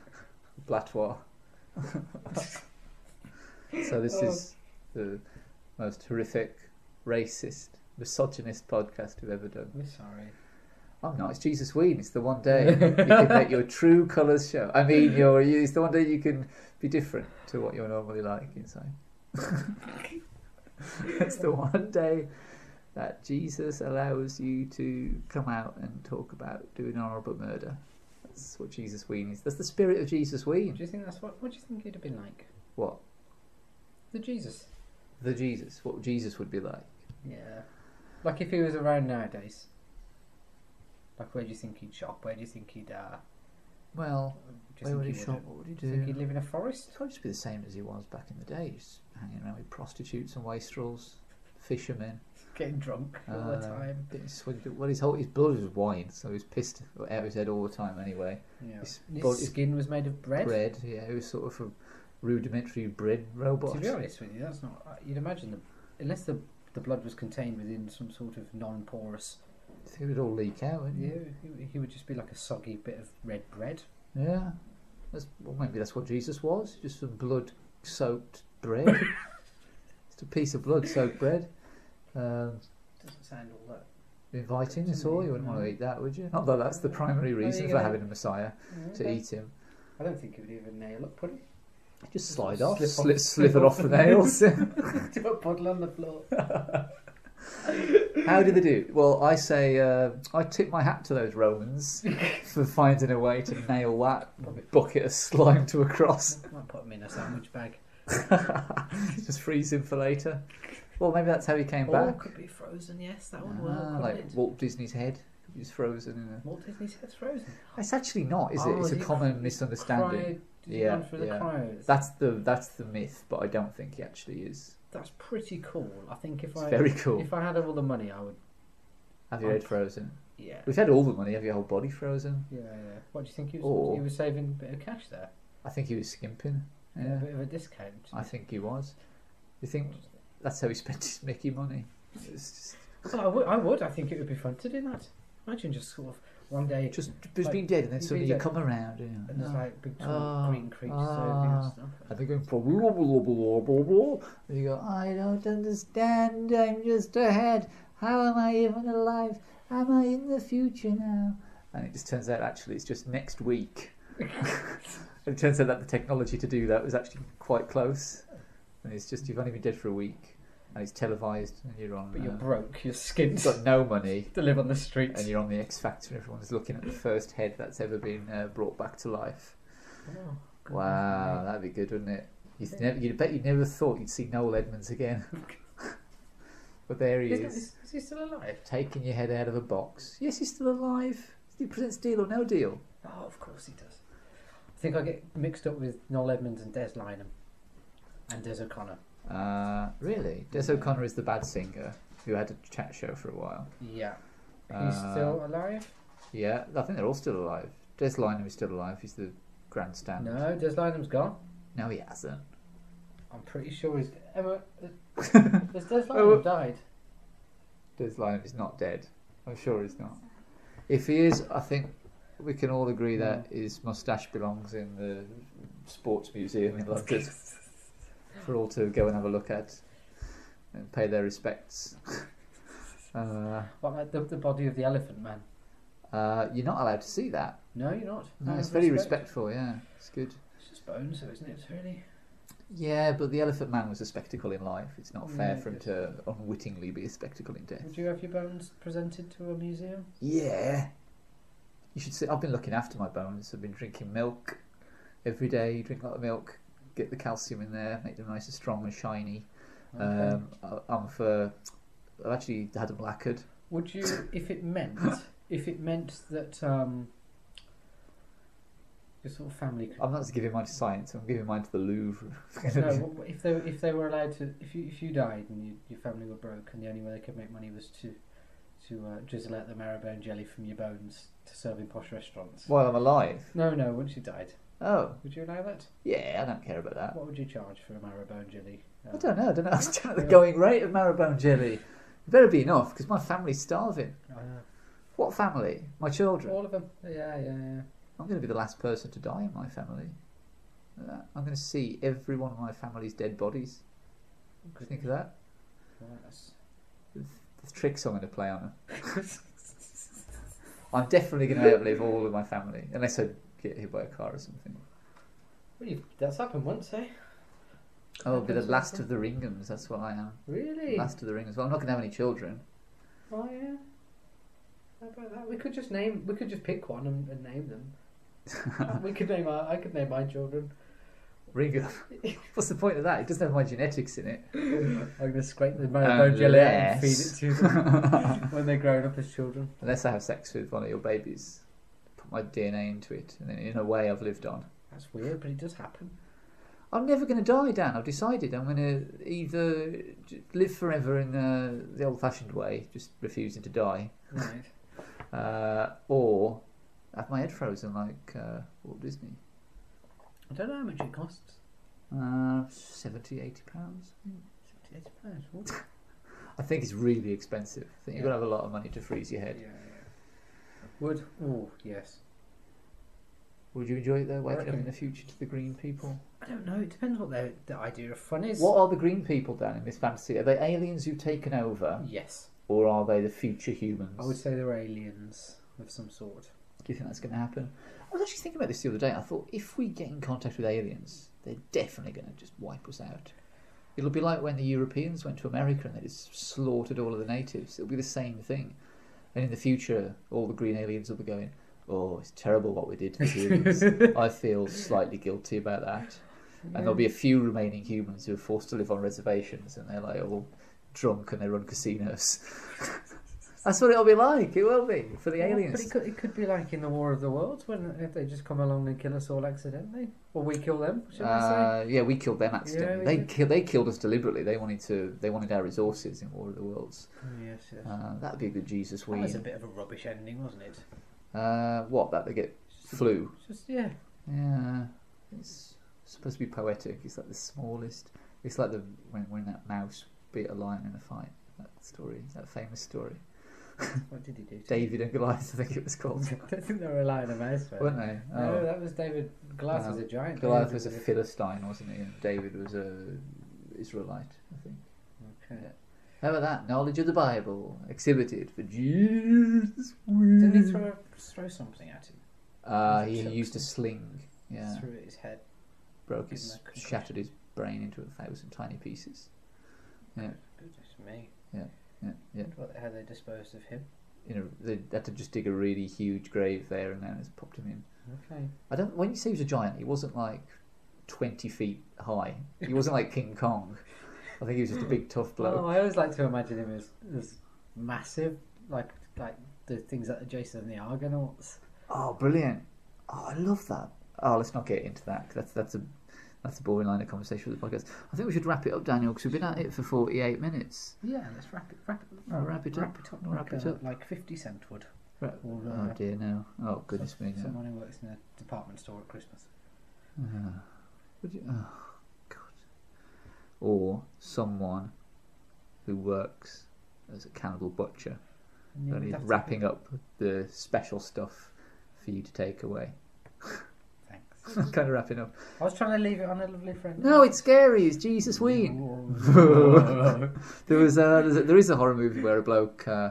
Blatois. so this is the most horrific, racist, misogynist podcast we've ever done. We're sorry. I'm not. Oh, It's Jesus Ween. It's the one day you can let your true colours show. I mean, your you- it's the one day you can be different to what you're normally like inside. it's the one day that Jesus allows you to come out and talk about doing honourable murder. That's what Jesus Ween is. That's the spirit of Jesus Do Ween. you think that's what? What do you think he'd have been like? What The Jesus. the Jesus? What Jesus would be like? Yeah. Like if he was around nowadays. Like where do you think he'd shop? Where do you think he'd? Uh, Well, do you where think would he would shop? have- What would he do you think do? he'd live in a forest? He'd probably just be the same as he was back in the day, just hanging around with prostitutes and wastrels, fishermen. Getting drunk all the Uh, time. Bit swigged it- Well, his whole his blood was wine, so he was pissed out of his head all the time. Anyway, Yeah. his And His, body- skin was made of bread. bread. Yeah, he was sort of a rudimentary bread robot. To be honest with you, that's not. You'd imagine the unless the the blood was contained within some sort of non-porous. He would all leak out. Wouldn't Yeah, he? he, he would just be like a soggy bit of red bread. Yeah. That's well, maybe that's what Jesus was. Just some blood soaked bread. just a piece of blood soaked bread. Um, Doesn't sound all that. inviting at all. You wouldn't want to eat that, would you? Not that that's the primary reason for gonna- having a Messiah to eat him. Mm. I don't think he would even uh, nail up pudding. Just slide off, Slip off- sli- slither off the nails. Do a puddle on the floor. How do they do? Well, I say uh, I tip my hat to those Romans for finding a way to nail that bucket of slime to a cross. Might put him in a sandwich bag. Just freeze him for later. Well, maybe that's how he Oh, came Or back. could be frozen. Yes, that would work. Ah, wouldn't like it? Walt Disney's head. He's frozen in a... Walt Disney says frozen. It's actually not, is it? Oh, It's a he common misunderstanding. Cryo, yeah, Yeah, gone through the yeah. cryos. That's the that's the myth, but I don't think he actually is. That's pretty cool. I think if It's I very cool. if I had all the money, I would. Have your head frozen? Yeah, We've had all the money. Have your whole body frozen? yeah, yeah. What do you think he was? Or- he was saving a bit of cash there. I think he was skimping. A Yeah. bit of a discount. I think he was. You think that's how he spent his Mickey money? It's just, Well, I would. I would. I think it would be fun to do that. Imagine just sort of one day just just being dead, and then He's suddenly been you dead. come around. And, and you there's know, like big tall Ah, green creatures ah. over and they're going for blah, blah, blah, blah, blah, blah. And you go, I don't understand. I'm just a head. How am I even alive? Am I in the future now? And it just turns out actually it's just next week. and it turns out that the technology to do that was actually quite close. And it's just you've only been dead for a week, and it's televised, and you're on. But you're uh, broke. You're skint you've got no money. to live on the streets. and you're on the X Factor. Everyone's looking at the first head that's ever been uh, brought back to life. Oh, goodness Wow, that'd be good, wouldn't it? You'd, never, you'd bet you never thought you'd see Noel Edmonds again. but there he me. Isn't- is, Is, is he still alive? taking your head out of a box. Yes, he's still alive. He presents Deal or No Deal. Oh, of course he does. I think I get mixed up with Noel Edmonds and Des Lynam and Des O'Connor. Uh, really? Des O'Connor is the bad singer who had a chat show for a while. Yeah, he's Uh, still alive. Yeah, I think they're all still alive. Des Lynam is still alive. He's the grandstand. No, Des Lynam's gone. No, he hasn't. I'm pretty sure he's Emma. has- Has Des Oh. Lynam died? Des Lynam is not dead. I'm sure he's not. If he is, I think we can all agree that his moustache belongs in the sports museum in London for all to go and have a look at and pay their respects. Uh, What like the, the body of the elephant man? uh, you're not allowed to see that. No, you're not. No, Out it's of very respect. respectful. Yeah, it's good. It's just bones, though, isn't it? Really. Yeah, but the Elephant Man was a spectacle in life. It's not fair Yeah, for him yes. to unwittingly be a spectacle in death. Would you have your bones presented to a museum? Yeah. You should see. I've been looking after my bones. I've been drinking milk every day. You drink a lot of milk, get the calcium in there, make them nice and strong and shiny. Um, I, I'm for. I've actually had them lacquered. Would you, if it meant, if it meant that um, your sort of family could. I'm not just giving mine to science. I'm giving mine to the Louvre. No, what- what- if they if they were allowed to, if you if you died and you, your family were broke and the only way they could make money was to to uh, drizzle out the marrowbone jelly from your bones to serve in posh restaurants. While I'm alive. No, no. Once you died, Oh, would you allow that? yeah. I don't care about that. What would you charge for a marrowbone jelly? Uh, I don't know. I don't know. I don't know the going rate of marrowbone jelly. It better be enough because my family's starving. Uh, What family? My children. All of them. Yeah, yeah, yeah. I'm going to be the last person to die in my family. Uh, I'm going to see every one of my family's dead bodies. Think of that. Nice. The tricks I'm going to play on them. I'm definitely going to outlive all of my family, unless I get hit by a car or something. Well, you, that's happened once, eh? I'll be the last of the Ringhams. That's what I am. Really? Last of the Ringhams. Well, I'm not going to have any children. Oh yeah. How about that? We could just name. We could just pick one and, and name them. we could name. Our, I could name my children. Ringham. What's the point of that? It doesn't have my genetics in it. I'm gonna scrape the bone jelly out and Unless- feed it to them when they're grown up as children. Unless I have sex with one of your babies, put my DNA into it, and then in a way I've lived on. That's weird, but it does happen. I'm never going to die, Dan. I've decided I'm going to either j- live forever in uh, the old-fashioned way, just refusing to die, Right. uh, or have my head frozen like uh, Walt Disney. I don't know how much it costs. Uh, 70, 80 pounds. It's pounds. Ooh. I think it's really expensive. I think you've got Yeah. to have a lot of money to freeze your Yeah, head. yeah. Would oh yes. Would you enjoy it though? Waking up reckon- in the future to the green people. I don't know. It depends what their, their idea of fun is. What are the green people, Dan, in this fantasy? Are they aliens who've taken over, Yes, or are they the future humans? I would say they're aliens of some sort. Do you think that's going to happen? I was actually thinking about this the other day. I thought if we get in contact with aliens, they're definitely going to just wipe us out. It'll be like when the Europeans went to America and they just slaughtered all of the natives. It'll be the same thing. And in the future, all the green aliens will be going, "Oh, it's terrible what we did to the humans. I feel slightly guilty about that." And there'll be a few remaining humans who are forced to live on reservations, and they're like all drunk and they run casinos. That's what it'll be like. It will be for the Yeah, aliens. But it could, it could be like in the War of the Worlds when if they just come along and kill us all accidentally, or we kill them. Should I say? Uh, yeah, we killed them accidentally. we they did. ki- they killed us deliberately. They wanted to. They wanted our resources in War of the Worlds. Oh, yes, yes. Uh, that'd be a good Jesus that was a ween. bit of a rubbish ending, wasn't it? Uh, what? That they get flu. It's Just yeah. Yeah, it's supposed to be poetic. It's like the smallest. It's like the when when that mouse beat a lion in a fight. That story. That famous story. What did he do? To David and Goliath. I think it was called. I don't think they were allowed a mouse. were weren't they? they? No, Oh. that was David. Glass was a giant. Goliath was a fit. Philistine, wasn't he? And David was a Israelite, I think. Okay. How about that? Knowledge of the Bible exhibited for Jesus. Didn't he throw throw something at him? Uh, he Is it used a choked? sling. Yeah, Through his head. broke Give his, him a concussion. shattered his brain into a thousand tiny pieces. Goodness me. Yeah, yeah. What, how they disposed of him. You know, they had to just dig a really huge grave there, and then it's popped him in. Okay. I don't. When you say he was a giant, he wasn't like twenty feet high. He wasn't like King Kong. I think he was just a big tough Oh, bloke. I always like to imagine him as, as massive, like like the things that are Jason and the Argonauts. Oh, brilliant! Oh, I love that. Oh, let's not get into that. 'cause That's that's a that's a boring line of conversation with the podcast. I think we should wrap it up, Daniel, because we've been at it for forty-eight minutes. Yeah, let's wrap it, wrap it, Oh, wrap it up. it Wrap like, it uh, up. like Fifty Cent would. Ra- Or, uh, Oh dear, no. Oh goodness some- me, no. Someone who works in a department store at Christmas. Ah, would you, oh god. Or someone who works as a cannibal butcher, And you and would he's have to- wrapping up the special stuff for you to take away. Thanks. kind of wrapping up. I was trying to leave it on a lovely friend. No, it's scary. It's Jesus Ween. there was a, there's a, there is a horror movie where a bloke uh,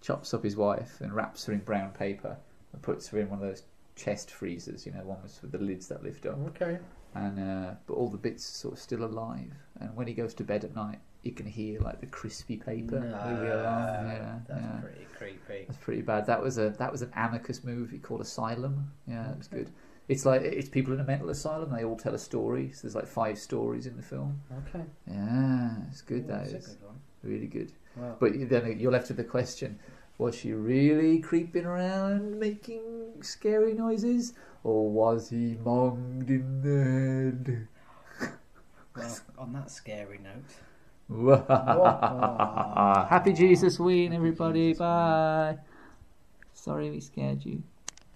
chops up his wife and wraps her in brown paper and puts her in one of those chest freezers, you know, one was with the lids that lift up, Okay. and uh, but all the bits are sort of still alive. And when he goes to bed at night, he can hear like the crispy paper moving along. Yeah, that's yeah. pretty creepy. That's pretty bad. That was a that was an Amicus movie called Asylum. Yeah, it was good. It's like it's people in a mental asylum. They all tell a story. So there's like five stories in the film. Okay. Yeah, it's Ooh, good. that that's a is good one. really good. Well, But then you're left with the question: Was she really creeping around, making scary noises, or was he monged in the head? well, on that scary note. Happy Jesus Ween, everybody! Bye. Sorry we scared you.